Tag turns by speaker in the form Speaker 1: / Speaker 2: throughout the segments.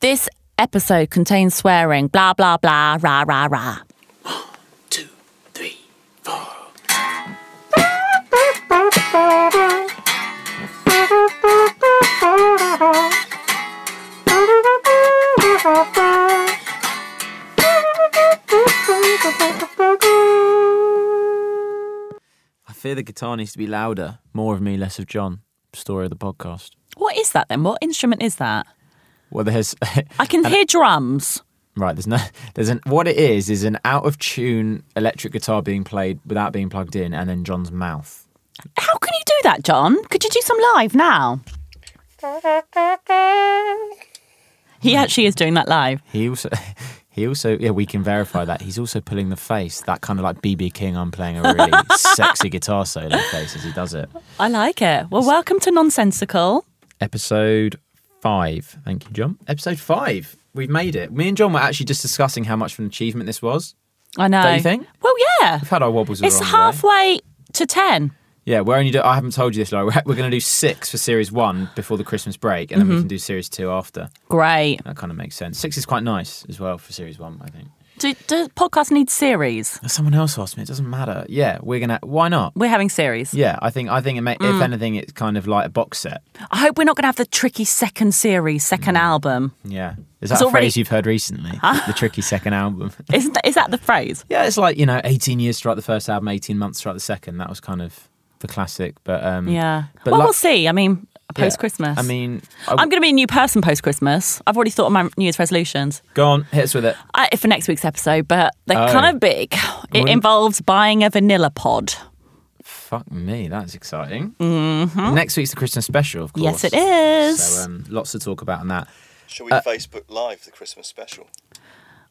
Speaker 1: This episode contains swearing, blah, blah, blah, rah, rah, rah.
Speaker 2: two, three, four. I fear the guitar needs to be louder. More of me, less of John. Story of the podcast.
Speaker 1: What is that then? What instrument is that?
Speaker 2: Well, there's
Speaker 1: I can hear drums.
Speaker 2: right. There's no. There's an. What it is is an out of tune electric guitar being played without being plugged in, and then John's mouth.
Speaker 1: How can you do that, John? Could you do some live now?
Speaker 2: Hmm.
Speaker 1: He actually is doing that live.
Speaker 2: He also. He also, yeah, we can verify that. He's also pulling the face, that kind of like BB King, I'm playing a really sexy guitar solo face as he does it.
Speaker 1: I like it. Well, welcome to Nonsensical.
Speaker 2: Episode five. Thank you, John. Episode five. We've made it. Me and John were actually just discussing how much of an achievement this was.
Speaker 1: I know.
Speaker 2: Don't you think?
Speaker 1: Well, yeah.
Speaker 2: We've had our wobbles
Speaker 1: It's
Speaker 2: along the way.
Speaker 1: halfway to 10.
Speaker 2: Yeah, we're only. Do- I haven't told you this, Laura. We're, we're going to do six for series one before the Christmas break, and then we can do series two after.
Speaker 1: Great.
Speaker 2: That kind of makes sense. Six is quite nice as well for series one, I think.
Speaker 1: Do, do podcasts need series?
Speaker 2: Someone else asked me. It doesn't matter. Yeah, we're gonna. Why not?
Speaker 1: We're having series.
Speaker 2: Yeah, I think. I think it may, if anything, it's kind of like a box set.
Speaker 1: I hope we're not going to have the tricky second series, second
Speaker 2: Hmm.
Speaker 1: album.
Speaker 2: Yeah, is
Speaker 1: It's
Speaker 2: that a
Speaker 1: already-
Speaker 2: phrase you've heard recently? the tricky second album.
Speaker 1: Isn't that, is that the phrase?
Speaker 2: Yeah, it's like you know, eighteen years to write the first album, eighteen months to write the second. That was kind of the classic, but um,
Speaker 1: Yeah.
Speaker 2: But
Speaker 1: well,
Speaker 2: like-
Speaker 1: we'll see. I mean,
Speaker 2: yeah.
Speaker 1: post Christmas.
Speaker 2: I mean, I,
Speaker 1: I'm going to be a new person post Christmas. I've already thought of my New Year's resolutions
Speaker 2: oh, go on, hit us with it.
Speaker 1: uh, for next week's episode, but they're
Speaker 2: Oh.
Speaker 1: kind of big. It
Speaker 2: Wouldn't-
Speaker 1: involves buying a vanilla pod.
Speaker 2: Fuck me, that's exciting. Mm-hmm. Next week's the Christmas special, of course.
Speaker 1: Yes, it is.
Speaker 2: So um, lots to talk about on that.
Speaker 3: Shall we
Speaker 2: Uh,
Speaker 3: Facebook Live the Christmas special?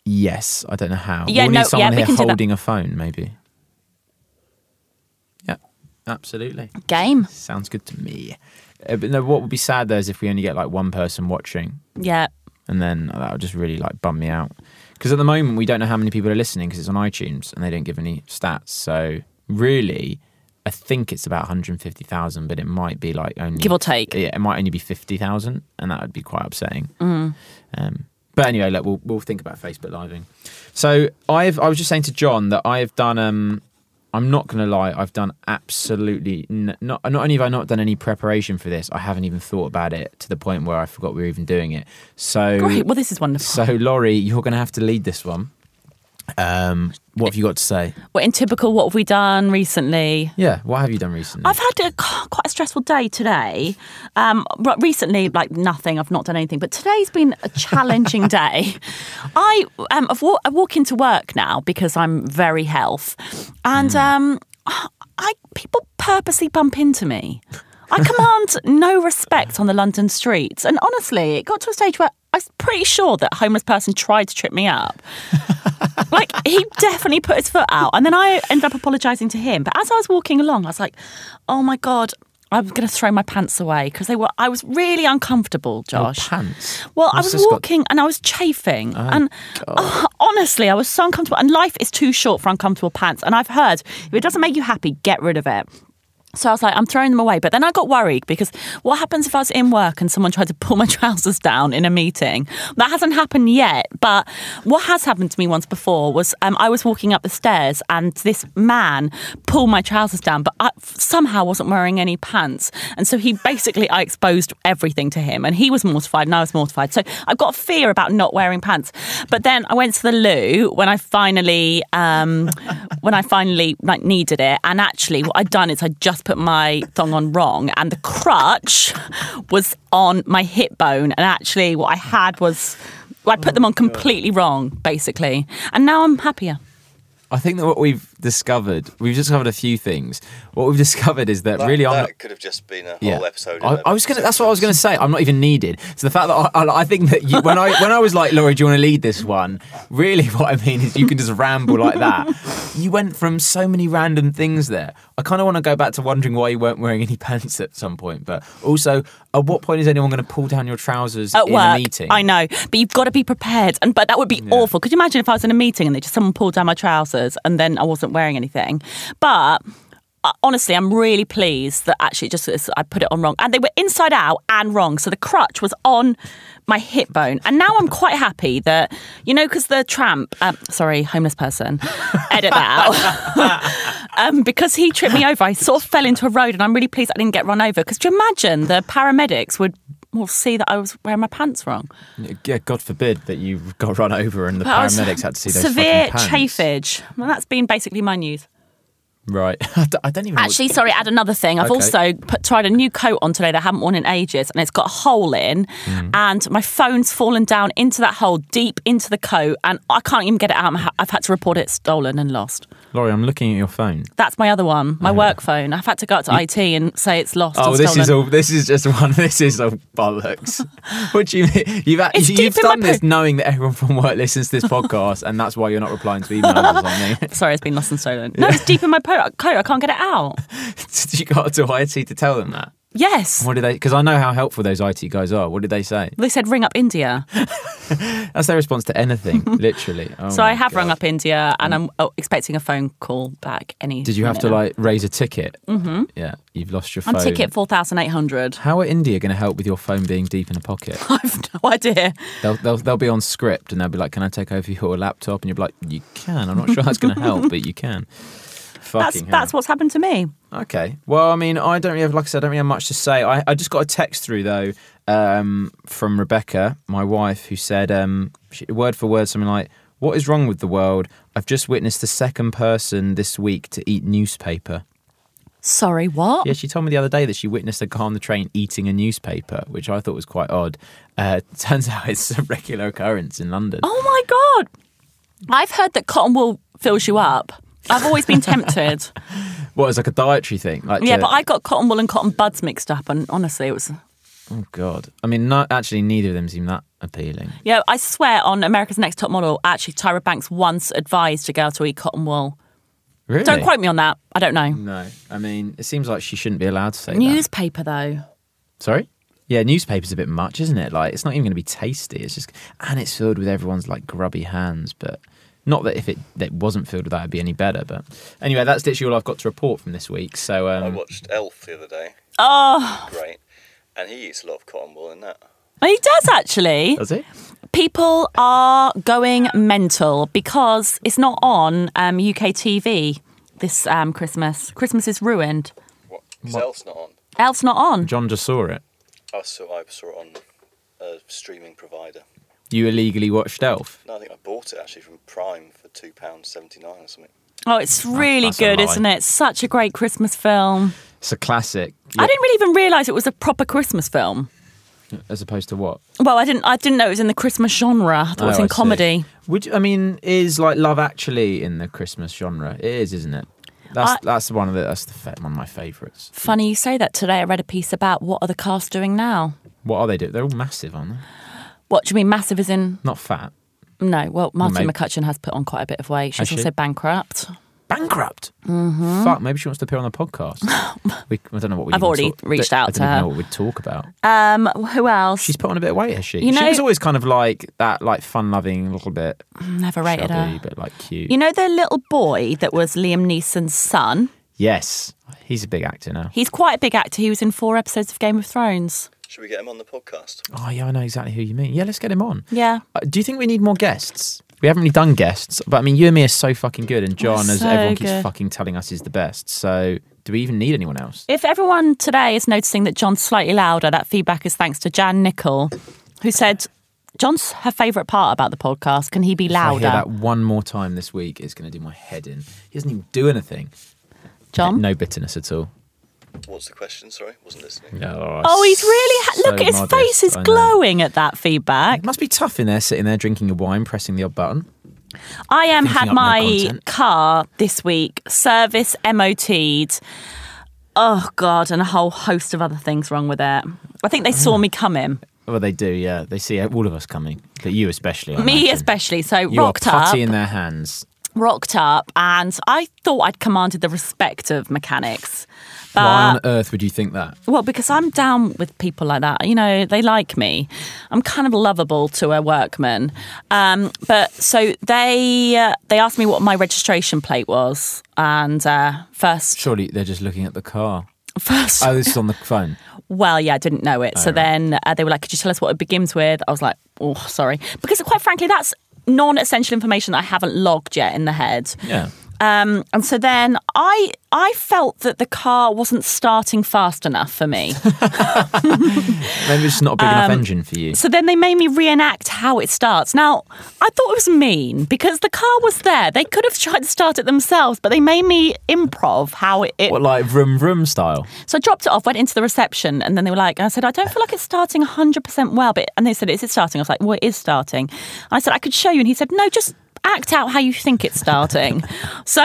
Speaker 2: Yes, I don't know how.
Speaker 1: Yeah,
Speaker 2: we'll
Speaker 1: no,
Speaker 2: need someone
Speaker 1: yeah, we
Speaker 2: here
Speaker 1: can do that.
Speaker 2: holding a phone, maybe. Yeah, absolutely.
Speaker 1: Game.
Speaker 2: Sounds good to me. Uh, but no, what would be sad though is if we only get like one person watching.
Speaker 1: Yeah.
Speaker 2: and then that would just really like bum me out because at the moment we don't know how many people are listening because it's on iTunes and they don't give any stats. So really, I think it's about 150,000, but it might be like only
Speaker 1: Give or take. Mm.
Speaker 2: Yeah, it might only be 50,000, and that would be quite upsetting. Um, but anyway, look, we'll we'll think about Facebook living. So I've I was just saying to John that I have done um. I'm not going to lie. I've done absolutely n- not. Not only have I not done any preparation for this, I haven't even thought about it to the point where I forgot we were even doing it. So
Speaker 1: Great. Well, this is wonderful.
Speaker 2: so, Laurie, you're going to have to lead this one. Um, what have you got to say?
Speaker 1: Well, in typical, what have we done recently?
Speaker 2: Yeah, what have you done recently?
Speaker 1: I've had a, quite a stressful day today. Um, but recently, like nothing, I've not done anything. But today's been a challenging day. I um, I've wa- I walk into work now because I'm very health, and um, I people purposely bump into me. I command no respect on the London streets, and honestly, it got to a stage where I was pretty sure that a homeless person tried to trip me up like he definitely put his foot out and then i ended up apologizing to him but as i was walking along i was like oh my god i'm going to throw my pants away because they were i was really uncomfortable
Speaker 2: Your
Speaker 1: josh
Speaker 2: Oh, pants.
Speaker 1: well i
Speaker 2: Must
Speaker 1: was
Speaker 2: have got-
Speaker 1: walking and i was chafing and oh, honestly i was so uncomfortable and life is too short for uncomfortable pants and i've heard if it doesn't make you happy get rid of it so I was like, I'm throwing them away. But then I got worried because what happens if I was in work and someone tried to pull my trousers down in a meeting? That hasn't happened yet. But what has happened to me once before was um, I was walking up the stairs and this man pulled my trousers down, but I somehow wasn't wearing any pants. And so he basically, I exposed everything to him and he was mortified and I was mortified. So I've got a fear about not wearing pants. But then I went to the loo when I finally, um, when I finally like needed it. And actually, what I'd done is I just put my thong on wrong, and the crutch was on my hip bone. And actually, what I had was well, I put them on completely wrong, basically. And now I'm happier.
Speaker 2: I think that what we've discovered, we've discovered a few things. What we've discovered is that,
Speaker 3: That,
Speaker 2: really, I'm
Speaker 3: that
Speaker 2: not.
Speaker 3: could have just been a whole
Speaker 2: Yeah.
Speaker 3: episode.
Speaker 2: I, I was gonna. That's what I was gonna say. I'm not even needed. So the fact that I, I, I think that you, when I when I was like, Laurie, do you want to lead this one? Really, what I mean is you can just ramble like that. You went from so many random things there. I kind of want to go back to wondering why you weren't wearing any pants at some point, but also, at what point is anyone going to pull down your trousers
Speaker 1: at
Speaker 2: in
Speaker 1: work.
Speaker 2: a meeting?
Speaker 1: I know, but you've got to be prepared. And but that would be awful. Could you imagine if I was in a meeting and they just someone pulled down my trousers and then I wasn't wearing anything? But uh, honestly, I'm really pleased that actually just I put it on wrong, and they were inside out and wrong. So the crutch was on my hip bone. And now I'm quite happy that, you know, because the tramp, um, sorry, homeless person, edit that out. um, because he tripped me over, I sort of fell into a road and I'm really pleased I didn't get run over. Because do you imagine the paramedics would will see that I was wearing my pants wrong?
Speaker 2: Yeah, God forbid that you got run over and the
Speaker 1: But I was-
Speaker 2: paramedics had to see those
Speaker 1: Severe
Speaker 2: fucking pants.
Speaker 1: chafage. Well, that's been basically my news.
Speaker 2: Right. I don't- I don't even know what-
Speaker 1: Actually, sorry, add another thing. I've
Speaker 2: Okay.
Speaker 1: also put, tried a new coat on today that I haven't worn in ages, and it's got a hole in,
Speaker 2: Mm.
Speaker 1: and my phone's fallen down into that hole, deep into the coat, and I can't even get it out. I'm ha- I've had to report it stolen and lost.
Speaker 2: Laurie, I'm looking at your phone.
Speaker 1: That's my other one, my work phone. I've had to go up to IT and say it's lost.
Speaker 2: Oh,
Speaker 1: and
Speaker 2: this
Speaker 1: stolen.
Speaker 2: is all. This is just one. This is all bollocks. what do you mean?
Speaker 1: It's
Speaker 2: You've actually,
Speaker 1: deep
Speaker 2: you've
Speaker 1: in my
Speaker 2: done this
Speaker 1: po-
Speaker 2: knowing that everyone from work listens to this podcast, and that's why you're not replying to emails or something.
Speaker 1: Sorry, it's been lost and stolen. No, it's deep in my po- coat. I can't get it out.
Speaker 2: Did you go to IT to tell them that?
Speaker 1: Yes.
Speaker 2: What did they? Because I know how helpful those IT guys are. What did they say?
Speaker 1: They said ring up India.
Speaker 2: Oh That's their response to anything, literally. Oh
Speaker 1: So
Speaker 2: my
Speaker 1: I have
Speaker 2: God. Mm.
Speaker 1: rung up India and I'm oh, expecting a phone call back any
Speaker 2: Did you have to
Speaker 1: minute.
Speaker 2: like raise a ticket? Mm-hmm. Yeah, you've lost your
Speaker 1: I'm
Speaker 2: phone.
Speaker 1: ticket 4,800.
Speaker 2: How are India going to help with your phone being deep in a pocket?
Speaker 1: I've no idea.
Speaker 2: They'll, they'll, they'll be on script and they'll be like, "Can I take over your laptop?" And you'll be like, "You can." I'm not sure that's going to help, but you can.
Speaker 1: That's
Speaker 2: Fucking
Speaker 1: that's what's happened to me.
Speaker 2: what. Okay. Well, I mean, I don't really have, like I said, I don't really have much to say. I, I just got a text through though um, from Rebecca, my wife, who said, um, she, word for word, something like, "What is wrong with the world? I've just witnessed the second person this week to eat newspaper."
Speaker 1: Sorry, what?
Speaker 2: Yeah, she told me the other day that she witnessed a guy on the train eating a newspaper, which I thought was quite odd. Uh, turns out it's a regular occurrence in London.
Speaker 1: Oh my god! I've heard that cotton wool fills you up. I've always been tempted.
Speaker 2: What, it's like a dietary thing? Like
Speaker 1: yeah,
Speaker 2: to-
Speaker 1: but I got cotton wool and cotton buds mixed up, and honestly, it was.
Speaker 2: Oh, God. I mean, no, actually, neither of them seem that appealing.
Speaker 1: Yeah, I swear on America's Next Top Model, actually, Tyra Banks once advised a girl to eat cotton wool.
Speaker 2: Really? Mm,
Speaker 1: Don't quote me on that. I don't know.
Speaker 2: No. I mean, it seems like she shouldn't be allowed to say that.
Speaker 1: Newspaper though.
Speaker 2: Sorry? Yeah, newspaper's a bit much, isn't it? Like, it's not even going to be tasty. It's just, and it's filled with everyone's like grubby hands, but not that if it, that it wasn't filled with that, it'd be any better. But anyway, that's literally all I've got to report from this week. So,
Speaker 3: I
Speaker 2: um,
Speaker 3: watched Elf the other day.
Speaker 1: Oh,
Speaker 3: Great. And he eats a lot of cotton wool in that.
Speaker 1: he does actually.
Speaker 2: does it?
Speaker 1: People are going mental because it's not on um, UK TV this um, Christmas. Christmas is ruined.
Speaker 3: What? 'Cause Elf's not on.
Speaker 1: Elf's not on.
Speaker 2: John just saw it.
Speaker 3: I saw, I saw it on a streaming provider.
Speaker 2: You illegally watched Elf.
Speaker 3: No, I think I bought it actually from Prime for £2.79 or something.
Speaker 1: Oh, it's really
Speaker 2: that's a
Speaker 1: good,
Speaker 2: lie.
Speaker 1: isn't it? Such a great Christmas film.
Speaker 2: It's a classic.
Speaker 1: I didn't really even realise it was a proper Christmas film.
Speaker 2: As opposed to what?
Speaker 1: Well, I didn't. I didn't know it was in the Christmas genre. I thought it was
Speaker 2: Oh, I
Speaker 1: in
Speaker 2: see.
Speaker 1: comedy.
Speaker 2: Would you, I mean is like Love Actually in the Christmas genre? It is, isn't it? That's
Speaker 1: I-
Speaker 2: that's one of the that's the fa- one of my favourites.
Speaker 1: Funny you say that. Today I read a piece about what are the cast doing now.
Speaker 2: What are they doing? They're all massive, aren't they?
Speaker 1: What do you mean massive is in?
Speaker 2: Not fat.
Speaker 1: No. Well, Martin
Speaker 2: Mate.
Speaker 1: McCutcheon has put on quite a bit of weight.
Speaker 2: Has
Speaker 1: She's
Speaker 2: she?
Speaker 1: also bankrupt.
Speaker 2: Bankrupt. Fuck. Maybe she wants to appear on the podcast. we, I don't know what
Speaker 1: Mm-hmm.
Speaker 2: we.
Speaker 1: I've
Speaker 2: even
Speaker 1: already
Speaker 2: talk-
Speaker 1: reached out
Speaker 2: I don't
Speaker 1: to
Speaker 2: even
Speaker 1: her.
Speaker 2: know what we'd talk about.
Speaker 1: Um, who else?
Speaker 2: She's put on a bit of weight, has she?
Speaker 1: You
Speaker 2: she
Speaker 1: know-
Speaker 2: was always kind of like that, like fun-loving, little bit
Speaker 1: Never rated
Speaker 2: chubby,
Speaker 1: her.
Speaker 2: but like cute.
Speaker 1: uh, You know the little boy that was Liam Neeson's son.
Speaker 2: yes, he's a big actor now.
Speaker 1: He's quite a big actor. He was in four episodes of Game of Thrones.
Speaker 3: Should we get him on the podcast?
Speaker 2: Oh yeah, I know exactly who you mean. Yeah, let's get him on.
Speaker 1: Yeah.
Speaker 2: Uh, do you think we need more guests? We haven't really done guests, but I mean, you and me are so fucking good, and John, as
Speaker 1: so
Speaker 2: everyone keeps
Speaker 1: good.
Speaker 2: fucking telling us, is the best. So, do we even need anyone else?
Speaker 1: If everyone today is noticing that John's slightly louder, that feedback is thanks to Jan Nickel, who said John's her favourite part about the podcast. Can he be
Speaker 2: If I hear
Speaker 1: louder,
Speaker 2: that one more time this week, it's going to do my head in. He doesn't even do anything.
Speaker 1: John?
Speaker 2: No bitterness at all.
Speaker 3: What's the question? Sorry, wasn't listening.
Speaker 2: No,
Speaker 1: Oh, he's really ha-
Speaker 2: so
Speaker 1: look. His
Speaker 2: modest,
Speaker 1: face is
Speaker 2: I know.
Speaker 1: glowing at that feedback.
Speaker 2: It must be tough in there, sitting there drinking your wine, pressing the odd button.
Speaker 1: I am
Speaker 2: Thinking
Speaker 1: had
Speaker 2: up no
Speaker 1: my
Speaker 2: content.
Speaker 1: car this week service MOT'd. Oh God, and a whole host of other things wrong with it. I think they
Speaker 2: Mm.
Speaker 1: saw me coming,
Speaker 2: Well, they do, yeah. They see all of us coming, but you especially. I
Speaker 1: me
Speaker 2: imagine.
Speaker 1: especially. So
Speaker 2: You are
Speaker 1: rocked up.
Speaker 2: putty in their hands.
Speaker 1: rocked up and I thought I'd commanded the respect of mechanics.
Speaker 2: Why
Speaker 1: But,
Speaker 2: on earth would you think that?
Speaker 1: well, because I'm down with people like that. You know, they like me. I'm kind of lovable to a workman. Um, but so they uh, they asked me what my registration plate was, and uh, first
Speaker 2: Surely they're just looking at the car.
Speaker 1: First,
Speaker 2: Oh, this is on the phone.
Speaker 1: well, yeah, I didn't know it. so
Speaker 2: right.
Speaker 1: then uh, they were like, "Could you tell us what it begins with?" I was like, "Oh, sorry," because quite frankly, that's non-essential information that I haven't logged yet in the head.
Speaker 2: Yeah.
Speaker 1: Um, and so then I I felt that the car wasn't starting fast enough for me.
Speaker 2: Maybe it's just not a big enough
Speaker 1: Um,
Speaker 2: engine for you.
Speaker 1: So then they made me reenact how it starts. Now, I thought it was mean because the car was there. They could have tried to start it themselves, but they made me improv how it. it
Speaker 2: What, like vroom vroom style?
Speaker 1: so I dropped it off, went into the reception, and then they were like, I said, I don't feel like it's starting 100% well. But, and they said, Is it starting? I was like, Well, it is starting. And I said, I could show you. And he said, No, just act out how you think it's starting. so,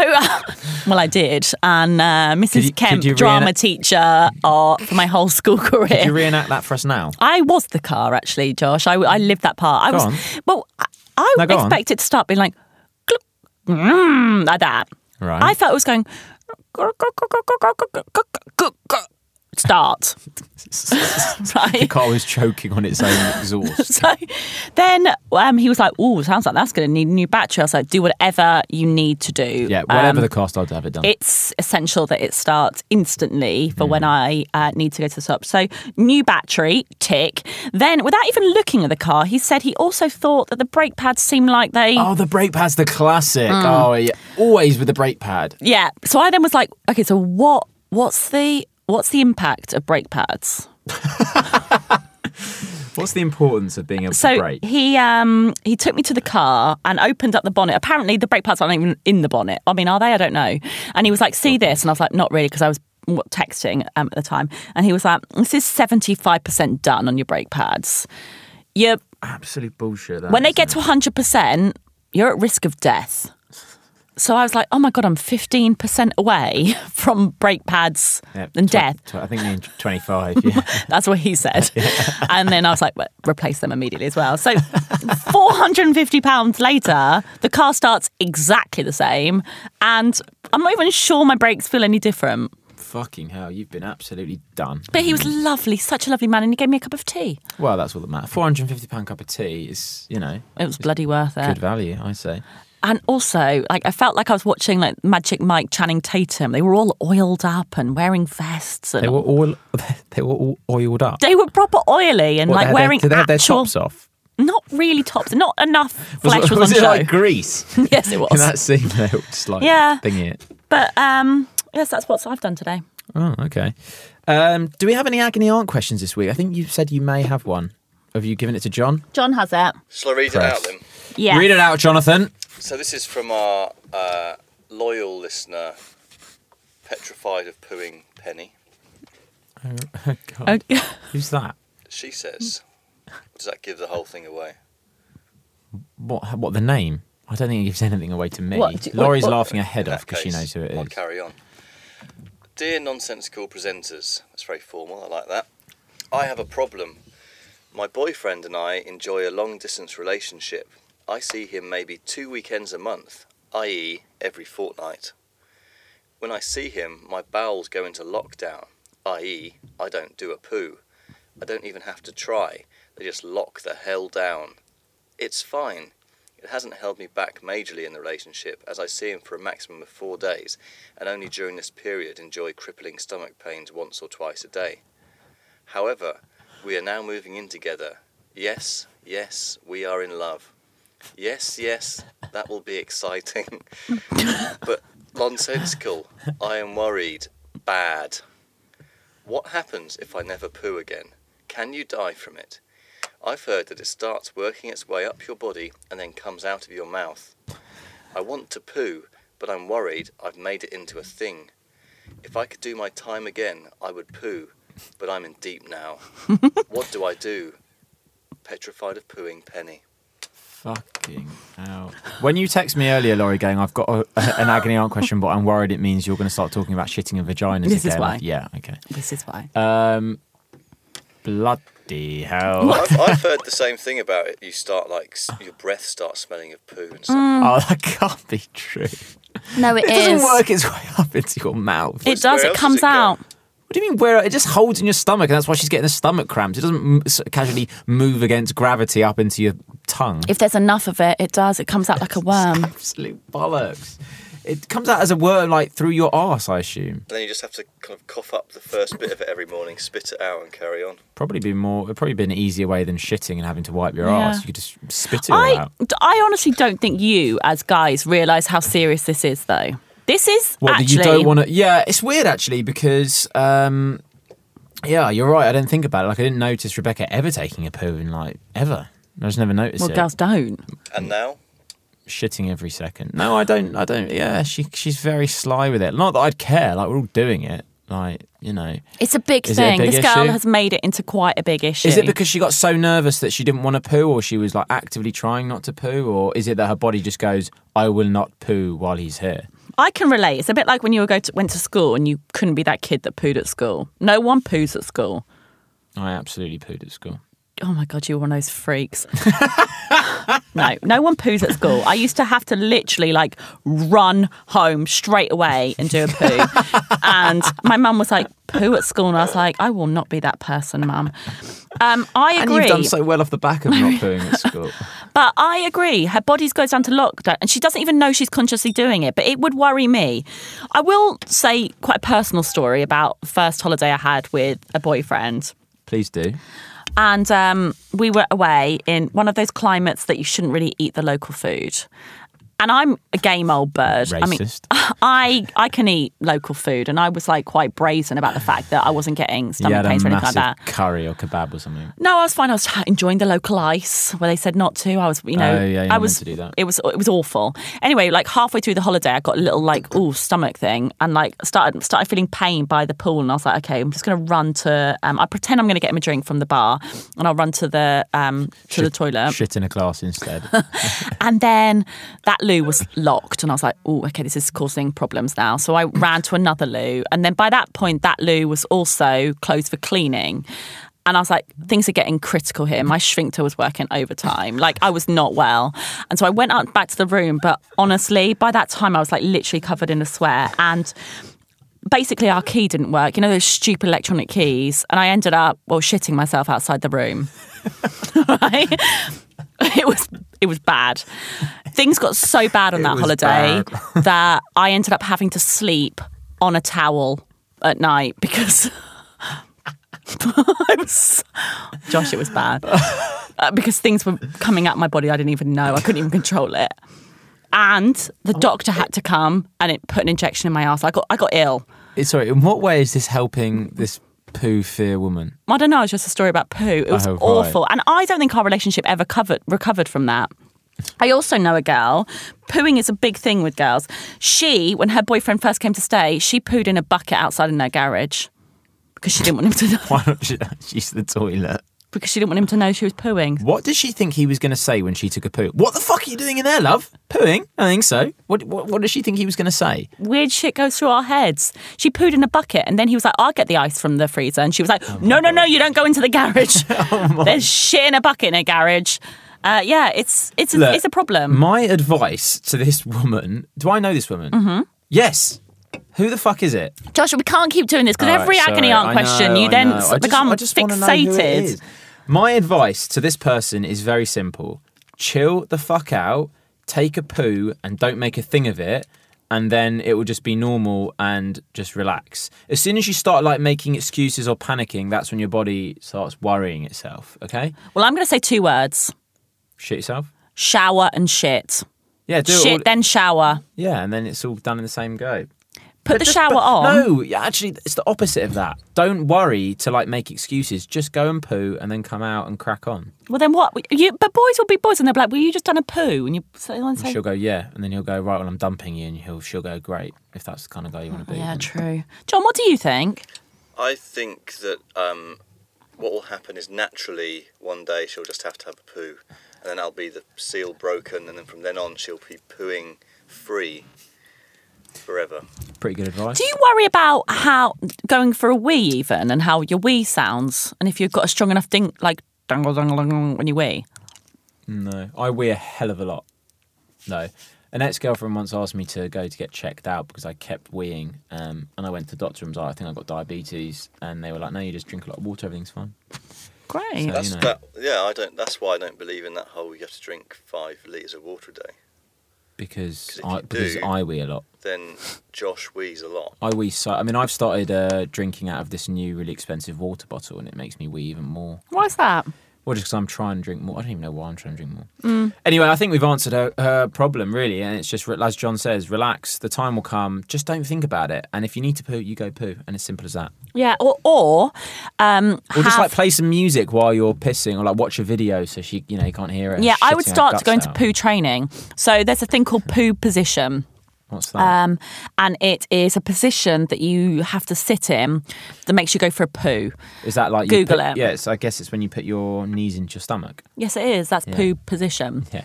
Speaker 1: well, I did. And uh, Mrs.
Speaker 2: you-
Speaker 1: Kemp,
Speaker 2: could you
Speaker 1: drama
Speaker 2: reenact-
Speaker 1: teacher uh, for my whole school career.
Speaker 2: Could you reenact that for us now?
Speaker 1: I was the car actually, Josh. I, I lived that part. I
Speaker 2: Go
Speaker 1: was
Speaker 2: on.
Speaker 1: well. I, I
Speaker 2: No, go on.
Speaker 1: expected to start being like, "Gluck, mm," like that.
Speaker 2: Right.
Speaker 1: I felt it was going. "Gluck, gluck, gluck, gluck, gluck, gluck, gluck, gluck, gluck," Start.
Speaker 2: The
Speaker 1: right.
Speaker 2: car was choking on its own exhaust.
Speaker 1: So then um, he was like, "Oh, sounds like that's going to need a new battery." I was like, "Do whatever you need to do."
Speaker 2: Yeah, whatever
Speaker 1: Um,
Speaker 2: the cost, I'd have it done.
Speaker 1: it's essential that it starts instantly for when I uh, need to go to the shop. So, new battery, tick. Then, without even looking at the car, he said he also thought that the brake pads seemed like they.
Speaker 2: oh, the brake pad's the classic.
Speaker 1: Mm.
Speaker 2: Oh, yeah. Always with the brake pad.
Speaker 1: Yeah. So I then was like, okay, so what? What's the what's the impact of brake pads?
Speaker 2: What's the importance of being able
Speaker 1: So
Speaker 2: to brake?
Speaker 1: he um he took me to the car and opened up the bonnet. Apparently, the brake pads aren't even in the bonnet. I mean, are they? I don't know. And he was like, "See this?" And I was like, "Not really," because I was what, texting um, at the time. And he was like, "This is seventy five percent done on your brake pads. You
Speaker 2: Absolute bullshit. that
Speaker 1: when they
Speaker 2: is,
Speaker 1: get
Speaker 2: isn't
Speaker 1: to hundred percent, you're at risk of death." So I was like, "Oh my god, I'm fifteen percent away from brake pads
Speaker 2: it? Yeah,
Speaker 1: and
Speaker 2: tw-
Speaker 1: death."
Speaker 2: tw- I think they mean 25, yeah.
Speaker 1: That's what he said. And then I was like, well, replace them immediately as well. So £450 later, the car starts exactly the same. And I'm not even sure my brakes feel any different.
Speaker 2: Fucking hell, you've been absolutely done.
Speaker 1: But he was
Speaker 2: Mm.
Speaker 1: lovely, such a lovely man. And he gave me a cup of tea.
Speaker 2: Well, that's all that matters. £450 cup of tea is, you know,
Speaker 1: It was bloody worth
Speaker 2: good
Speaker 1: it.
Speaker 2: value, I say.
Speaker 1: And also, like, I felt like I was watching like Magic Mike Channing Tatum. They were all oiled up and wearing vests. And
Speaker 2: They were all they were all oiled up.
Speaker 1: they were proper oily and
Speaker 2: What,
Speaker 1: like
Speaker 2: they had their-
Speaker 1: wearing
Speaker 2: did they have their
Speaker 1: actual,
Speaker 2: tops off?
Speaker 1: not really tops, not enough flesh was, on
Speaker 2: was, it
Speaker 1: show.
Speaker 2: like grease?
Speaker 1: yes, it was.
Speaker 2: In that scene, they were just like
Speaker 1: Yeah.
Speaker 2: thingy it.
Speaker 1: But um, yes, that's what I've done today.
Speaker 2: Oh, okay. Um, do we have any agony aunt questions this week? I think you said you may have one. Have you given it to John?
Speaker 1: John has it.
Speaker 3: Shall I read it
Speaker 2: Press.
Speaker 3: out then?
Speaker 1: Yeah.
Speaker 2: Read it out, Jonathan.
Speaker 3: So this is from our uh, loyal listener, petrified of pooing Penny.
Speaker 1: Okay.
Speaker 2: Who's that?
Speaker 3: She says, "Does that give the whole thing away?"
Speaker 2: What? What the name? I don't think it gives anything away to me.
Speaker 1: What do- what-
Speaker 2: Laurie's
Speaker 1: what-
Speaker 2: laughing her head
Speaker 3: In
Speaker 2: off
Speaker 3: that
Speaker 2: because she
Speaker 3: case,
Speaker 2: knows who it
Speaker 3: I'll
Speaker 2: is.
Speaker 3: carry on. Dear nonsensical presenters, that's very formal, I like that. I have a problem. My boyfriend and I enjoy a long distance relationship. I see him maybe two weekends a month, i.e., every fortnight. When I see him, my bowels go into lockdown, i.e., I don't do a poo. I don't even have to try, they just lock the hell down. It's fine. It hasn't held me back majorly in the relationship, as I see him for a maximum of four days, and only during this period enjoy crippling stomach pains once or twice a day. However, we are now moving in together. Yes, yes, we are in love. Yes, yes, that will be exciting. but nonsensical, I am worried. Bad. What happens if I never poo again? Can you die from it? I've heard that it starts working its way up your body and then comes out of your mouth. I want to poo, but I'm worried I've made it into a thing. If I could do my time again, I would poo, but I'm in deep now. what do I do? Petrified of pooing Penny.
Speaker 2: Fucking hell. When you text me earlier, Laurie, going, I've got a, an agony aunt question, but I'm worried it means you're going to start talking about shitting and vaginas
Speaker 1: This is
Speaker 2: again.
Speaker 1: why.
Speaker 2: Yeah, okay.
Speaker 1: This is why.
Speaker 2: Um, bloody hell.
Speaker 3: I've, I've heard the same thing about it. You start like s- your breath starts smelling of poo and stuff.
Speaker 2: Oh, that can't be true.
Speaker 1: no,
Speaker 2: It doesn't work its way up into your mouth.
Speaker 1: It does.
Speaker 3: Where
Speaker 1: It
Speaker 3: else
Speaker 1: comes
Speaker 3: does it go?
Speaker 1: out.
Speaker 2: What do you mean? Where it just holds in your stomach, and that's why she's getting the stomach cramps. It doesn't m- s- casually move against gravity up into your tongue.
Speaker 1: If there's enough of it, it does. It comes out like a worm.
Speaker 2: Absolute bollocks. It comes out as a word like through your arse, I assume.
Speaker 3: then you just have to kind of cough up the first bit of it every morning, spit it out, and carry on.
Speaker 2: Probably be more. It'd probably be an easier way than shitting and having to wipe your
Speaker 1: Yeah.
Speaker 2: arse. You could just spit it all
Speaker 1: I,
Speaker 2: out.
Speaker 1: I honestly don't think you, as guys, realise how serious this is, though. This is
Speaker 2: What that
Speaker 1: actually.
Speaker 2: you don't want to? Yeah, it's weird actually because. um yeah, you're right. I didn't think about it. Like I didn't notice Rebecca ever taking a poo in like ever. I just never noticed
Speaker 1: Well,
Speaker 2: it.
Speaker 1: girls don't.
Speaker 3: And now,
Speaker 2: shitting every second. No, I don't. I don't. Yeah, she she's very sly with it. Not that I'd care. Like we're all doing it. Like you know,
Speaker 1: It's a big
Speaker 2: Is it a
Speaker 1: thing.
Speaker 2: big
Speaker 1: this girl
Speaker 2: issue?
Speaker 1: has made it into quite a big issue.
Speaker 2: is it because she got so nervous that she didn't want to poo, or she was like actively trying not to poo, or is it that her body just goes, "I will not poo while he's here"?
Speaker 1: I can relate. It's a bit like when you were go to, went to school and you couldn't be that kid that pooed at school. No one poos at school.
Speaker 2: I absolutely pooed at school.
Speaker 1: Oh my god, you were one of those freaks. no, no one poos at school. I used to have to literally like run home straight away and do a poo. and my mum was like, "Poo at school," and I was like, "I will not be that person, mum." Um, I
Speaker 2: And
Speaker 1: agree.
Speaker 2: you've done so well off the back of not pooing at school.
Speaker 1: But I agree. Her body goes down to lockdown, and she doesn't even know she's consciously doing it. But it would worry me. I will say quite a personal story about the first holiday I had with a boyfriend,
Speaker 2: Please do.
Speaker 1: and um, we were away in one of those climates that you shouldn't really eat the local food. And I'm a game old bird. I mean,
Speaker 2: Racist.
Speaker 1: I I can eat local food, and I was like quite brazen about the fact that I wasn't getting
Speaker 2: You
Speaker 1: stomach
Speaker 2: had a
Speaker 1: pains or anything like
Speaker 2: massive
Speaker 1: that.
Speaker 2: curry or kebab or something.
Speaker 1: No, I was fine. I was enjoying the local ice where they said not to. I was, you know,
Speaker 2: Oh, yeah, you're
Speaker 1: I
Speaker 2: not
Speaker 1: was.
Speaker 2: meant to do that.
Speaker 1: It was it was awful. Anyway, like halfway through the holiday, I got a little like ooh stomach thing, and like started started feeling pain by the pool, and I was like, okay, I'm just gonna run to. Um, I pretend I'm gonna get him a drink from the bar, and I'll run to the um to the toilet,
Speaker 2: Shit in a class instead.
Speaker 1: and then that loo was locked, and I was like, oh, okay, this is causing problems now. So I ran to another loo, and then by that point, that loo was also closed for cleaning. And I was like, things are getting critical here. My sphincter was working overtime. Like, I was not well. And so I went out back to the room. But honestly, by that time, I was like literally covered in a sweat. And basically, our key didn't work. You know, those stupid electronic keys. And I ended up, well, shitting myself outside the room. right? It was it was bad. Things got so bad on that
Speaker 2: was
Speaker 1: holiday that I ended up having to sleep on a towel at night because I was Josh, it was bad uh, because things were coming out my body. I didn't even know. I couldn't even control it. And the doctor had to come and it put an injection in my ass. I got I got ill.
Speaker 2: Sorry. In what way is this helping this poo fear woman?
Speaker 1: I don't know. It was just a story about poo. It was
Speaker 2: Oh, right.
Speaker 1: awful, and I don't think our relationship ever covered recovered from that. I also know a girl. Pooing is a big thing with girls. She, when her boyfriend first came to stay, she pooed in a bucket outside in her garage because she didn't want him to know,
Speaker 2: Why not just use the toilet?
Speaker 1: because she didn't want him to know she was pooing.
Speaker 2: What did she think he was going to say when she took a poo? What the fuck are you doing in there, love? Pooing? I think so. What what, what does she think he was going to say?
Speaker 1: Weird shit goes through our heads. She pooed in a bucket, and then he was like, "I'll get the ice from the freezer," and she was like,
Speaker 2: Oh
Speaker 1: "No, no, no, you don't go into the garage. There's shit in a bucket in a garage." Uh, yeah, it's it's
Speaker 2: Look,
Speaker 1: it's a problem.
Speaker 2: My advice to this woman. Do I know this woman? Mm-hmm. Yes. Who the fuck is it?
Speaker 1: Josh, we can't keep doing this because
Speaker 2: All right,
Speaker 1: every agony
Speaker 2: sorry.
Speaker 1: aunt
Speaker 2: I
Speaker 1: question,
Speaker 2: know,
Speaker 1: you
Speaker 2: I
Speaker 1: then
Speaker 2: know. I just-
Speaker 1: become
Speaker 2: I just wanna know who it
Speaker 1: fixated.
Speaker 2: is. My advice to this person is very simple: chill the fuck out, take a poo, and don't make a thing of it. And then it will just be normal and just relax. As soon as you start like making excuses or panicking, that's when your body starts worrying itself. Okay,
Speaker 1: Well, I'm going to say two words
Speaker 2: shit yourself.
Speaker 1: shower and shit.
Speaker 2: Yeah, do
Speaker 1: shit,
Speaker 2: it. All,
Speaker 1: then shower.
Speaker 2: yeah, and then it's all done in the same go.
Speaker 1: Put the
Speaker 2: Just-
Speaker 1: shower
Speaker 2: but-
Speaker 1: on.
Speaker 2: No, yeah, actually, it's the opposite of that. Don't worry to like make excuses. Just go and poo, and then come out and crack on.
Speaker 1: Well, then what? You, but boys will be boys and they'll be like, well, you just done a poo. And you say, say
Speaker 2: She'll go, yeah, and then he'll go, right, well, I'm dumping you, and he'll she'll go, great, if that's the kind of guy you want to be.
Speaker 1: yeah,
Speaker 2: then-
Speaker 1: true. John, what do you think?
Speaker 3: I think that um, what will happen is naturally one day she'll just have to have a poo, and then that'll be the seal broken, and then from then on she'll be pooing free forever.
Speaker 2: Pretty good advice.
Speaker 1: Do you worry about how going for a wee even and how your wee sounds and if you've got a strong enough ding, like dangle, dangle, dangle when you wee?
Speaker 2: no, I wear a hell of a lot. No. An ex-girlfriend once asked me to go to get checked out because I kept weeing, um, and I went to the doctor and was like, I think I got diabetes, and they were like, no, you just drink a lot of water, everything's fine.
Speaker 1: Great.
Speaker 2: So-
Speaker 3: That's
Speaker 2: know.
Speaker 3: that. Yeah, I don't. That's why I don't believe in that whole you have to drink five liters of water a day.
Speaker 2: because
Speaker 3: 'Cause if
Speaker 2: I
Speaker 3: you
Speaker 2: because
Speaker 3: do-
Speaker 2: I wee a lot.
Speaker 3: Then Josh wheeze a lot.
Speaker 2: I wee so. I mean, I've started uh, drinking out of this new really expensive water bottle, and it makes me wee even more.
Speaker 1: Why's that?
Speaker 2: Well, just because I'm trying to drink more. I don't even know why I'm trying to drink more.
Speaker 1: Mm.
Speaker 2: Anyway, I think we've answered her, her problem, really. And it's just, re- as John says, relax. The time will come. Just don't think about it. And if you need to poo, you go poo. And it's simple as that.
Speaker 1: Yeah, or or um,
Speaker 2: Or just
Speaker 1: have-
Speaker 2: like play some music while you're pissing or like watch a video so she, you know, you can't hear it. and
Speaker 1: yeah, I
Speaker 2: shitting
Speaker 1: would
Speaker 2: her
Speaker 1: start
Speaker 2: guts
Speaker 1: to go into
Speaker 2: out.
Speaker 1: poo training. So there's a thing called poo position.
Speaker 2: What's that?
Speaker 1: Um, and it is a position that you have to sit in that makes you go for a poo.
Speaker 2: Is that like you
Speaker 1: Google
Speaker 2: put-
Speaker 1: it.
Speaker 2: Yeah, it's, I guess it's when you put your knees into your stomach.
Speaker 1: Yes, it is. That's poo position.
Speaker 2: Yeah.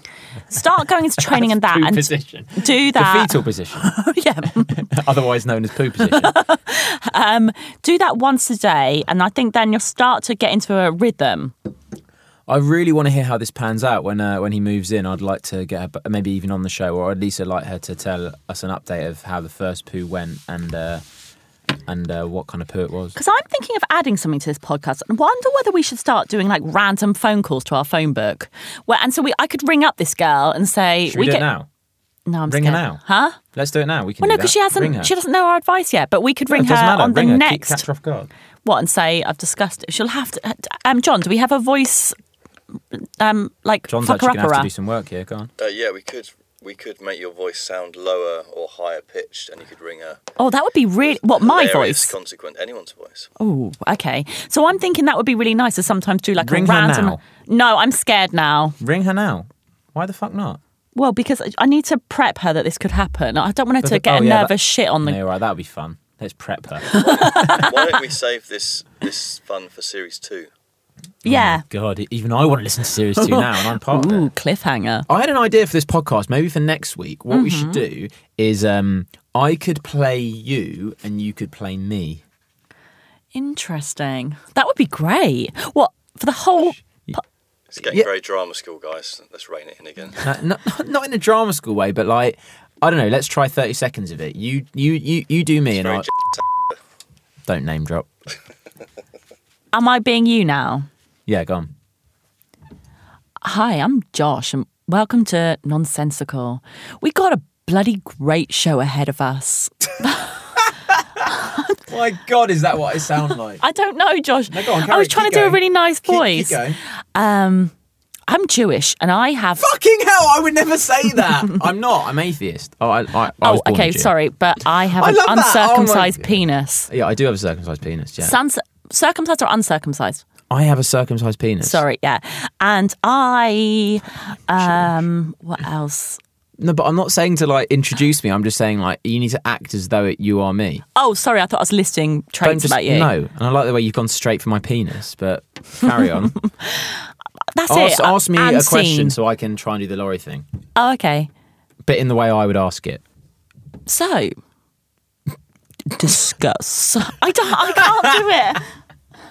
Speaker 1: Start going into training and that,
Speaker 2: poo
Speaker 1: and
Speaker 2: position.
Speaker 1: do
Speaker 2: The
Speaker 1: that.
Speaker 2: fetal position,
Speaker 1: yeah,
Speaker 2: otherwise known as poo position.
Speaker 1: do that once a day, and I think then you'll start to get into a rhythm.
Speaker 2: I really want to hear how this pans out when uh, when he moves in. I'd like to get her, b- maybe even on the show, or at least I'd like her to tell us an update of how the first poo went and uh, and uh, what kind of poo it was.
Speaker 1: Because I'm thinking of adding something to this podcast, and wonder whether we should start doing like random phone calls to our phone book. Where and so we, I could ring up this girl and say,
Speaker 2: Should we, do
Speaker 1: get
Speaker 2: it now?
Speaker 1: No, I'm
Speaker 2: Ring her
Speaker 1: scared.
Speaker 2: now.
Speaker 1: Huh?
Speaker 2: Let's do it now. We can.
Speaker 1: Well, no,
Speaker 2: do that.
Speaker 1: because she
Speaker 2: Ring her.
Speaker 1: hasn't. She doesn't know our advice yet. But we could
Speaker 2: No,
Speaker 1: ring
Speaker 2: it
Speaker 1: her
Speaker 2: doesn't matter.
Speaker 1: on the
Speaker 2: Ring her. Keep-
Speaker 1: next
Speaker 2: catch her off guard.
Speaker 1: what and say I've discussed it. She'll have to. Um, John, do we have a voice? Um, like
Speaker 2: John's
Speaker 1: fucker
Speaker 2: actually going to have
Speaker 1: upper.
Speaker 2: to do some work here. Go on.
Speaker 3: Uh, yeah, we could we could make your voice sound lower or higher pitched, and you could ring a
Speaker 1: Oh, that would be really what my
Speaker 3: hilarious
Speaker 1: voice.
Speaker 3: consequent anyone's voice.
Speaker 1: Oh, okay. So I'm thinking that would be really nice to sometimes do like
Speaker 2: Ring
Speaker 1: a
Speaker 2: her
Speaker 1: random.
Speaker 2: now.
Speaker 1: No, I'm scared now.
Speaker 2: Ring her now. Why the fuck not?
Speaker 1: Well, because I- I need to prep her that this could happen. I don't want her
Speaker 2: But
Speaker 1: to
Speaker 2: the-
Speaker 1: get
Speaker 2: oh,
Speaker 1: a
Speaker 2: yeah,
Speaker 1: nervous
Speaker 2: that-
Speaker 1: shit on the.
Speaker 2: No, right, that'll be fun. Let's prep her.
Speaker 3: Why don't we save this this fun for series two?
Speaker 1: Yeah.
Speaker 2: Oh God, even I want to listen to series two now, and I'm part of it.
Speaker 1: Ooh, cliffhanger.
Speaker 2: I had an idea for this podcast. Maybe for next week, what we should do is um, I could play you and you could play me.
Speaker 1: Interesting. That would be great. What for the whole?
Speaker 3: It's getting
Speaker 2: Yeah.
Speaker 3: very drama school, guys. Let's rein it in again.
Speaker 2: Uh, no- not in a drama school way, but like I don't know. Let's try thirty seconds of it. You, you, you, you do me, and
Speaker 3: Very
Speaker 2: I don't name drop.
Speaker 1: Am I being you now?
Speaker 2: Yeah, go on.
Speaker 1: Hi, I'm Josh, and welcome to Nonsensical. We got a bloody great show ahead of us.
Speaker 2: My God, is that what I sound like?
Speaker 1: I don't know, Josh.
Speaker 2: go on,
Speaker 1: I was
Speaker 2: carry-
Speaker 1: trying to
Speaker 2: keep
Speaker 1: do a
Speaker 2: going.
Speaker 1: really nice voice. I'm Jewish, and I have.
Speaker 2: Fucking hell! I would never say that. I'm not. I'm atheist. Oh, I, I, I was
Speaker 1: oh,
Speaker 2: born a
Speaker 1: okay,
Speaker 2: Jew.
Speaker 1: sorry, but I have
Speaker 2: I
Speaker 1: an
Speaker 2: love that. Oh my
Speaker 1: uncircumcised
Speaker 2: God.
Speaker 1: penis.
Speaker 2: Yeah, I do have a circumcised penis. Yeah,
Speaker 1: Sun- circumcised or uncircumcised?
Speaker 2: I have a circumcised penis.
Speaker 1: Sorry, yeah. And I, um, what else?
Speaker 2: No, but I'm not saying to like introduce me. I'm just saying like you need to act as though it, you are me.
Speaker 1: Oh, sorry, I thought I was listing
Speaker 2: Don't
Speaker 1: traits
Speaker 2: just
Speaker 1: about you.
Speaker 2: no. And I like the way you've gone straight for my penis. But carry on.
Speaker 1: that's
Speaker 2: ask,
Speaker 1: it.
Speaker 2: ask me
Speaker 1: and
Speaker 2: a question
Speaker 1: seen.
Speaker 2: so I can try and do the lorry thing,
Speaker 1: Oh, okay.
Speaker 2: but in the way I would ask it.
Speaker 1: So, discuss. I don't. I can't do it.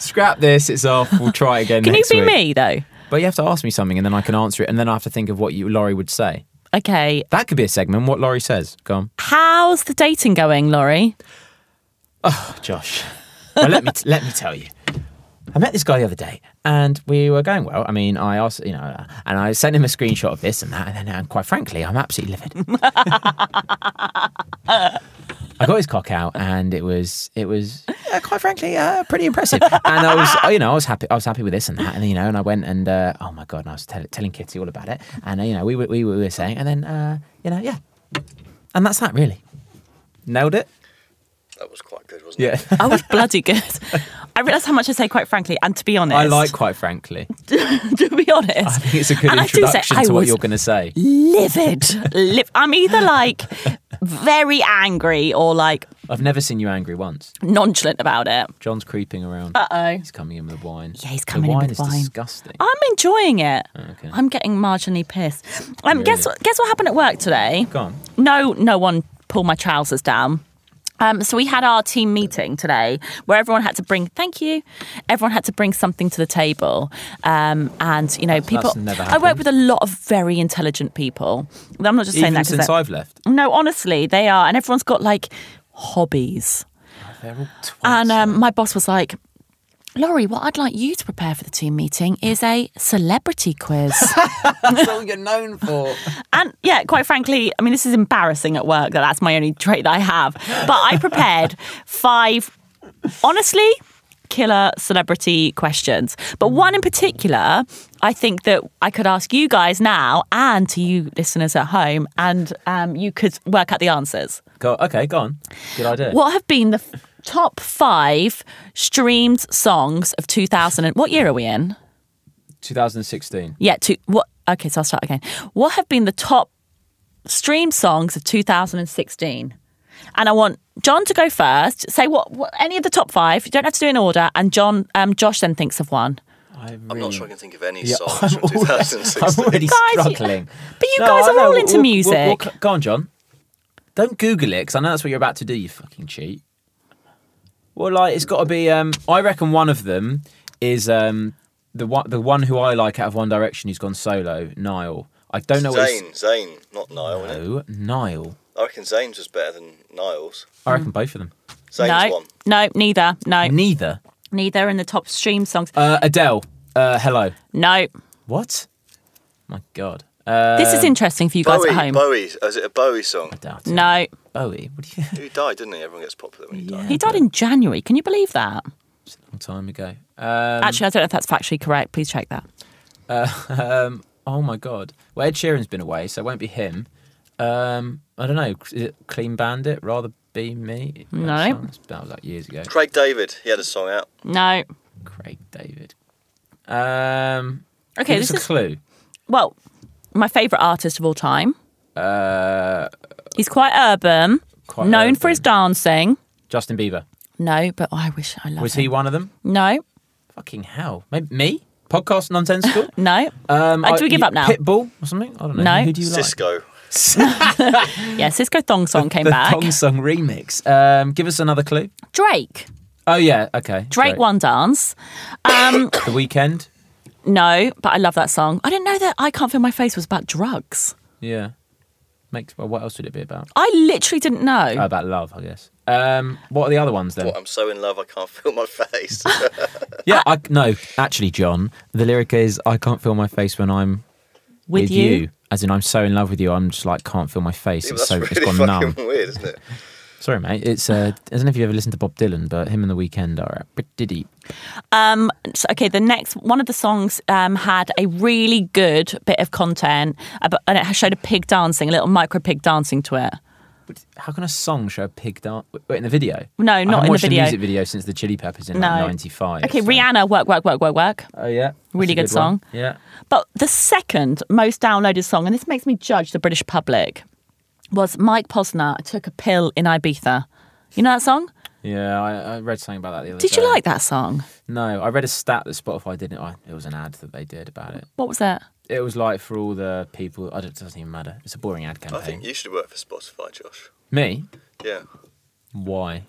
Speaker 2: Scrap this. It's off. We'll try again.
Speaker 1: Can you
Speaker 2: next
Speaker 1: be
Speaker 2: week.
Speaker 1: me though?
Speaker 2: But you have to ask me something, and then I can answer it, and then I have to think of what you Laurie would say.
Speaker 1: Okay.
Speaker 2: That could be a segment. What Laurie says. Go on,
Speaker 1: How's the dating going, Laurie?
Speaker 2: Josh. well, let me let me tell you. I met this guy the other day, and we were going well. I mean, I asked, you know, uh, and I sent him a screenshot of this and that, and then, and quite frankly, I'm absolutely livid. I got his cock out, and it was, it was, uh, quite frankly, uh, pretty impressive. And I was, uh, you know, I was happy, I was happy with this and that, and you know, and I went and, uh, oh my god, and I was tell- telling Kitty all about it, and uh, you know, we were, we were, we were saying, and then, uh, you know, yeah, and that's that really. Nailed it.
Speaker 3: That was quite good, wasn't it?
Speaker 2: Yeah,
Speaker 1: I was bloody good. I realise how much I say quite frankly, and to be honest,
Speaker 2: I like. Quite frankly.
Speaker 1: To be honest,
Speaker 2: I think it's a good
Speaker 1: and I do say
Speaker 2: introduction
Speaker 1: I
Speaker 2: to what
Speaker 1: was
Speaker 2: you're going to say.
Speaker 1: livid. Liv- I'm either like very angry or like
Speaker 2: I've never seen you angry once.
Speaker 1: nonchalant about it.
Speaker 2: John's creeping around.
Speaker 1: Uh oh.
Speaker 2: He's coming in with wine.
Speaker 1: Yeah, he's coming
Speaker 2: the
Speaker 1: in
Speaker 2: wine
Speaker 1: with
Speaker 2: is
Speaker 1: wine. Uh,
Speaker 2: disgusting.
Speaker 1: I'm enjoying it.
Speaker 2: Oh, okay.
Speaker 1: I'm getting marginally pissed. Um, guess
Speaker 2: Really?
Speaker 1: guess what happened at work today?
Speaker 2: Go on.
Speaker 1: no no one pull my trousers down um, so we had our team meeting today where everyone had to bring thank you everyone had to bring something to the table um, and you know people
Speaker 2: never
Speaker 1: i work
Speaker 2: happened.
Speaker 1: with a lot of very intelligent people i'm not just saying
Speaker 2: Even
Speaker 1: that
Speaker 2: since
Speaker 1: because
Speaker 2: I've left,
Speaker 1: no honestly they are and everyone's got like hobbies
Speaker 2: they're all twats.
Speaker 1: and um, my boss was like Laurie, what I'd like you to prepare for the team meeting is a celebrity quiz.
Speaker 2: That's all you're known for.
Speaker 1: and yeah, quite frankly, I mean, this is embarrassing at work that that's my only trait that I have. But I prepared five, honestly, killer celebrity questions. But one in particular, I think that I could ask you guys now and to you listeners at home, and um, you could work out the answers.
Speaker 2: Go, okay, go on. Good idea.
Speaker 1: What have been the f- top five streamed songs of 2000? And, what year are we in?
Speaker 2: 2016.
Speaker 1: Yeah, two. What? Okay, so I'll start again. What have been the top streamed songs of 2016? And I want John to go first. Say what, what any of the top five. You don't have to do in order. And John, um, Josh then thinks of one.
Speaker 2: I really...
Speaker 3: I'm not sure I can think of any
Speaker 2: Yeah,
Speaker 3: songs from
Speaker 2: I'm
Speaker 3: 2016.
Speaker 2: already
Speaker 1: Guys, you-
Speaker 2: struggling.
Speaker 1: But you guys
Speaker 2: I
Speaker 1: are
Speaker 2: know,
Speaker 1: all
Speaker 2: we'll-
Speaker 1: into
Speaker 2: we'll- we'll-
Speaker 1: music.
Speaker 2: we'll c- go on, John. Don't Google it, because I know that's what you're about to do. You fucking cheat. Well, like it's got to be. Um, I reckon one of them is um, the one. The one who I like out of One Direction who's gone solo, Niall. I don't know. what
Speaker 3: Zane, Zane, not Niall.
Speaker 2: No,
Speaker 3: innit?
Speaker 2: Niall.
Speaker 3: I reckon Zane's was better than Niall's.
Speaker 2: I
Speaker 1: Hmm.
Speaker 2: reckon both of them.
Speaker 3: Zane's
Speaker 1: no,
Speaker 3: one.
Speaker 1: no, neither. No,
Speaker 2: Neither.
Speaker 1: neither in the top streamed songs.
Speaker 2: Uh, Adele. Uh, hello.
Speaker 1: No,
Speaker 2: What? My God. Uh,
Speaker 1: this is interesting for you guys at
Speaker 3: Bowie,
Speaker 1: home.
Speaker 3: Bowie. Is it a Bowie song?
Speaker 2: doubt it.
Speaker 1: No,
Speaker 2: Bowie. What do you?
Speaker 3: He died, didn't he? Everyone gets popular when he dies.
Speaker 1: he died in January. Can you believe that?
Speaker 2: long time ago. Um,
Speaker 1: Actually, I don't know if that's factually correct. Please check that.
Speaker 2: um, oh my god. Well, Ed Sheeran's been away, so it won't be him. Um, I don't know. Is it Clean Bandit? Rather be me. That
Speaker 1: No.
Speaker 2: song, that's- That was like years ago.
Speaker 3: Craig David, he had a song out.
Speaker 1: No.
Speaker 2: Craig David. Um,
Speaker 1: Okay,
Speaker 2: give us
Speaker 1: this
Speaker 2: a
Speaker 1: is-
Speaker 2: clue.
Speaker 1: Well, my favourite artist of all time.
Speaker 2: Uh,
Speaker 1: He's quite urban,
Speaker 2: Quite
Speaker 1: known
Speaker 2: urban.
Speaker 1: for his dancing.
Speaker 2: Justin Bieber.
Speaker 1: No, but I wish I loved
Speaker 2: Was
Speaker 1: him.
Speaker 2: he one of them?
Speaker 1: No,
Speaker 2: Fucking hell. Maybe me. Podcast nonsensical.
Speaker 1: no.
Speaker 2: Um,
Speaker 1: Uh,
Speaker 2: I-
Speaker 1: do we give
Speaker 2: you-
Speaker 1: up now?
Speaker 2: Pitbull or something? I don't know.
Speaker 1: No.
Speaker 2: Who do you like?
Speaker 3: Cisco.
Speaker 1: yeah, Cisco Thong Song came
Speaker 2: the
Speaker 1: back.
Speaker 2: Thong Song remix. Um, give us another clue.
Speaker 1: Drake.
Speaker 2: Oh yeah. Okay.
Speaker 1: Drake One Dance. Um,
Speaker 2: The weekend.
Speaker 1: no, but I love that song. I didn't know that I Can't Feel My Face was about drugs.
Speaker 2: Yeah. Makes. Well, what else would it be about?
Speaker 1: I literally didn't know.
Speaker 2: Oh, about love, I guess. Um, what are the other ones then?
Speaker 3: What, I'm so in love I can't feel my face.
Speaker 2: yeah, I, no, actually, John, the lyric is "I can't feel my face when I'm
Speaker 1: with, you.
Speaker 2: As in, I'm so in love with you, I'm just like can't feel my face.
Speaker 3: That's
Speaker 2: it's so
Speaker 3: really
Speaker 2: it's gone
Speaker 3: fucking
Speaker 2: numb.
Speaker 3: weird, isn't it?
Speaker 2: Sorry, mate. It's uh, I don't know if you ever listened to Bob Dylan, but him and the Weekend are pretty deep.
Speaker 1: Um, so, okay, the next one of the songs um, had a really good bit of content, ab- and it showed a pig dancing, a little micro pig dancing to it.
Speaker 2: How can a song show a pig dance? Wait, in the video?
Speaker 1: No,
Speaker 2: I haven't
Speaker 1: not in the
Speaker 2: watched
Speaker 1: video.
Speaker 2: A music video since the Chili Peppers in
Speaker 1: No.
Speaker 2: like '95.
Speaker 1: Okay,
Speaker 2: so-
Speaker 1: Rihanna, work, work, work, work, work.
Speaker 2: Oh yeah,
Speaker 1: Really good
Speaker 2: That's a
Speaker 1: song.
Speaker 2: one. Yeah.
Speaker 1: But the second most downloaded song, and this makes me judge the British public, was Mike Posner I took a pill in Ibiza. You know that song?
Speaker 2: Yeah, I, I read something about that the other
Speaker 1: Did
Speaker 2: day.
Speaker 1: you like that song?
Speaker 2: No, I read a stat that Spotify didn't. I, it was an ad that they did about it.
Speaker 1: What was that?
Speaker 2: It was like for all the people. I don't, it doesn't even matter. It's a boring ad
Speaker 3: I
Speaker 2: campaign.
Speaker 3: think you should work for Spotify, Josh.
Speaker 2: Me?
Speaker 3: Yeah.
Speaker 2: Why?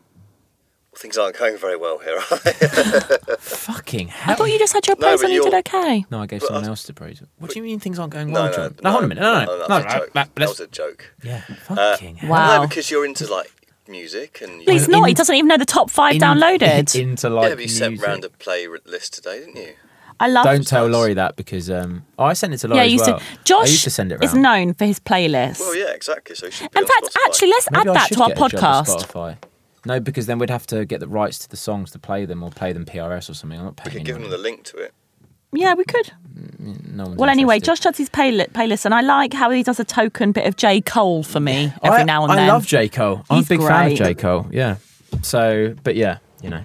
Speaker 3: Things aren't going very well here, are they?
Speaker 2: Fucking
Speaker 1: I
Speaker 2: hell!
Speaker 1: thought you just had your
Speaker 3: No,
Speaker 1: praise
Speaker 3: but
Speaker 1: and you did
Speaker 3: you're-
Speaker 1: okay.
Speaker 2: No, I gave someone else the praise. What do you mean things aren't going
Speaker 3: No,
Speaker 2: well,
Speaker 3: no,
Speaker 2: John? No, hold on a minute. No, no, no.
Speaker 3: that
Speaker 2: no,
Speaker 3: was
Speaker 2: no,
Speaker 3: a joke.
Speaker 2: no,
Speaker 3: That
Speaker 2: let's-
Speaker 3: was Uh, a joke.
Speaker 2: Yeah, fucking hell.
Speaker 1: Wow.
Speaker 3: No, because you're into like music and you
Speaker 1: Please
Speaker 2: In-
Speaker 1: not. He doesn't even know the top five
Speaker 2: In-
Speaker 1: downloaded.
Speaker 2: into
Speaker 3: yeah,
Speaker 2: like
Speaker 3: but you sent
Speaker 2: music.
Speaker 3: round a playlist today, didn't you?
Speaker 1: I love.
Speaker 2: Don't tell Laurie that because um, oh, I sent it to Laurie
Speaker 1: yeah,
Speaker 2: as
Speaker 1: you used
Speaker 2: well.
Speaker 1: to. Josh
Speaker 2: I used to send it round.
Speaker 1: is known for his playlist.
Speaker 3: Well, yeah, exactly. So you should be
Speaker 1: In
Speaker 3: on
Speaker 1: fact,
Speaker 3: Spotify.
Speaker 1: actually, let's
Speaker 2: Maybe
Speaker 1: add
Speaker 2: I
Speaker 1: that
Speaker 2: should
Speaker 1: to our
Speaker 2: get a job at
Speaker 1: podcast.
Speaker 2: Spotify. No, because then we'd have to get the rights to the songs to play them or play them PRS or something. I'm not
Speaker 3: we
Speaker 2: paying.
Speaker 3: could give them the
Speaker 2: anyone.
Speaker 3: link to it.
Speaker 1: Yeah, we could.
Speaker 2: No one's
Speaker 1: Well, anyway,
Speaker 2: interested.
Speaker 1: Josh does his playli- playlist, and I like how he does a token bit of J. Cole for me every
Speaker 2: I,
Speaker 1: now and
Speaker 2: I
Speaker 1: then.
Speaker 2: love J Cole. I'm a
Speaker 1: He's
Speaker 2: big fan
Speaker 1: great.
Speaker 2: of J Cole. Yeah. So, but yeah, you know.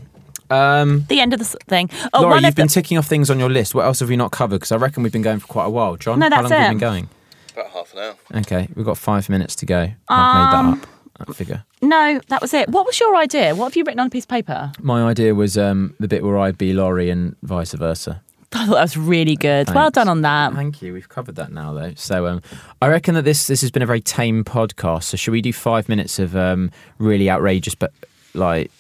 Speaker 2: Um,
Speaker 1: the end of the s- thing. Oh,
Speaker 2: Laura,
Speaker 1: one
Speaker 2: you've
Speaker 1: of
Speaker 2: been
Speaker 1: the,
Speaker 2: ticking off things on your list. What else have we not covered? Because I reckon we've been going for quite a while. John,
Speaker 1: No,
Speaker 2: how long
Speaker 1: that's
Speaker 2: have
Speaker 1: it.
Speaker 2: we been going?
Speaker 3: About half an hour.
Speaker 2: Okay, we've got five minutes to go. I've
Speaker 1: Um,
Speaker 2: made that up. That figure.
Speaker 1: no, that was it. What was your idea? What have you written on a piece of paper?
Speaker 2: My idea was um, the bit where I be Laurie and vice versa.
Speaker 1: I thought that was really good. Well
Speaker 2: Thanks.
Speaker 1: done on that.
Speaker 2: Thank you. We've covered that now, though. So um, I reckon that this this has been a very tame podcast. So should we do five minutes of um, really outrageous, but like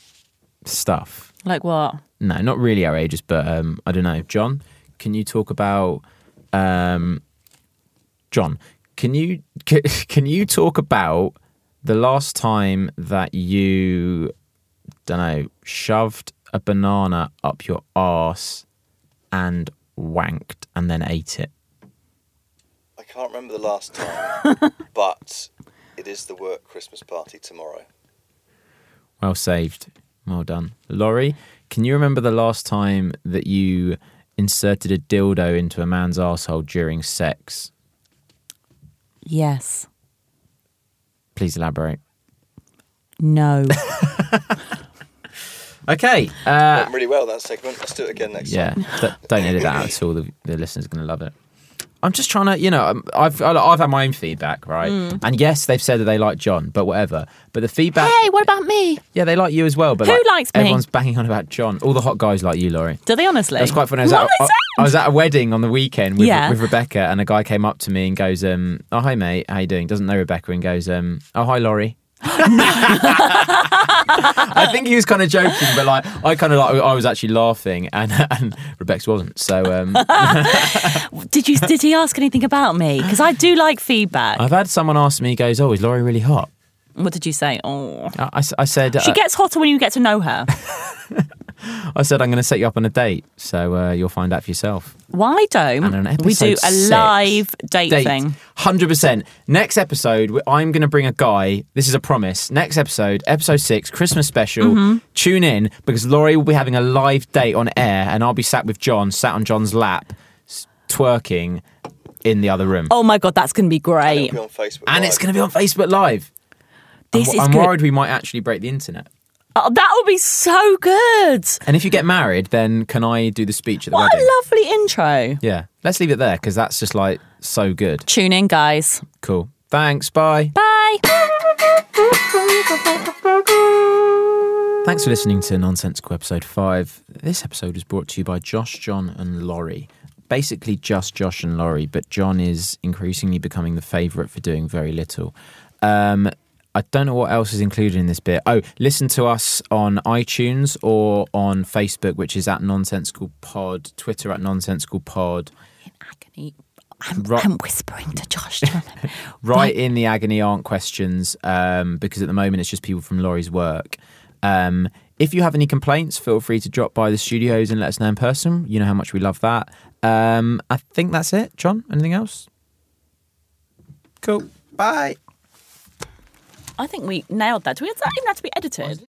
Speaker 2: stuff?
Speaker 1: Like what?
Speaker 2: No, not really outrageous, but um, I don't know. John, can you talk about um, John? Can you can, can you talk about the last time that you don't know shoved a banana up your arse and wanked and then ate it?
Speaker 3: I can't remember the last time, but it is the work Christmas party tomorrow.
Speaker 2: Well saved. Well done. Laurie, can you remember the last time that you inserted a dildo into a man's asshole during sex?
Speaker 1: Yes.
Speaker 2: Please elaborate.
Speaker 1: No.
Speaker 2: Okay. Uh,
Speaker 3: Went really well that segment. Let's do it again next
Speaker 2: yeah. D- don't edit that out at all. The, the listeners are going to love it. I'm just trying to, you know, I'm- I've I've had my own feedback, right? And yes, they've said that they like John, but whatever. But the feedback,
Speaker 1: hey, what about me?
Speaker 2: yeah, they like you as well. But
Speaker 1: Who
Speaker 2: like,
Speaker 1: likes me?
Speaker 2: Everyone's banging on about John. All the hot guys like you, Laurie.
Speaker 1: Do they honestly?
Speaker 2: That's quite funny. I was, at,
Speaker 1: What is
Speaker 2: I, I was at a wedding on the weekend with,
Speaker 1: Yeah.
Speaker 2: with Rebecca, and a guy came up to me and goes, um, "Oh hi mate, how you doing?" Doesn't know Rebecca and goes, um, "Oh hi Laurie." I think he was kind of joking, but like I kind of like I was actually laughing, and and Rebecca wasn't. So um,
Speaker 1: that? Did you? Did he ask anything about me? Because I do like feedback.
Speaker 2: I've had someone ask me, he "Goes, oh, is Laurie really hot?"
Speaker 1: what did you say? Oh,
Speaker 2: I, I s- I said,
Speaker 1: she
Speaker 2: uh,
Speaker 1: gets hotter when you get to know her.
Speaker 2: "I said I'm going to set you up on a date, so uh, you'll find out for yourself."
Speaker 1: Why don't
Speaker 2: And on
Speaker 1: we do
Speaker 2: episode
Speaker 1: a
Speaker 2: six,
Speaker 1: live date, thing?
Speaker 2: Hundred percent. Next episode, we- I'm going to bring a guy. This is a promise. Next episode, episode six, Christmas special.
Speaker 1: Mm-hmm.
Speaker 2: Tune in because Laurie will be having a live date on air, and I'll be sat with John, sat on John's lap, s- twerking in the other room.
Speaker 1: Oh my god, that's going to be
Speaker 3: time.
Speaker 1: great.
Speaker 3: It'll be on Facebook.
Speaker 2: and it's
Speaker 3: Live.
Speaker 2: going to be on Facebook Live.
Speaker 1: This
Speaker 2: I'm,
Speaker 1: is
Speaker 2: I'm
Speaker 1: good.
Speaker 2: worried we might actually break the internet.
Speaker 1: Oh, that would be so good.
Speaker 2: And if you get married, then can I do the speech at the
Speaker 1: What
Speaker 2: wedding?
Speaker 1: a lovely intro.
Speaker 2: yeah, let's leave it there because that's just like so good.
Speaker 1: Tune in, guys.
Speaker 2: Cool. Thanks. Bye.
Speaker 1: Bye.
Speaker 2: Thanks for listening to Nonsensical Episode 5. This episode was brought to you by Josh, John, and Laurie. Basically, just Josh and Laurie, but John is increasingly becoming the favourite for doing very little. Um, I don't know what else is included in this bit. Oh, listen to us on iTunes or on Facebook, which is at Nonsensical Pod, Twitter at Nonsensical Pod.
Speaker 1: Agony. I'm,
Speaker 2: Right.
Speaker 1: I'm whispering to Josh. John.
Speaker 2: Write in the agony aunt questions um, because at the moment it's just people from Laurie's work. Um, if you have any complaints, feel free to drop by the studios and let us know in person. You know how much we love that. Um, I think that's it. John, anything else? Cool. Bye.
Speaker 1: I think we nailed that. Do we does that even have to be edited?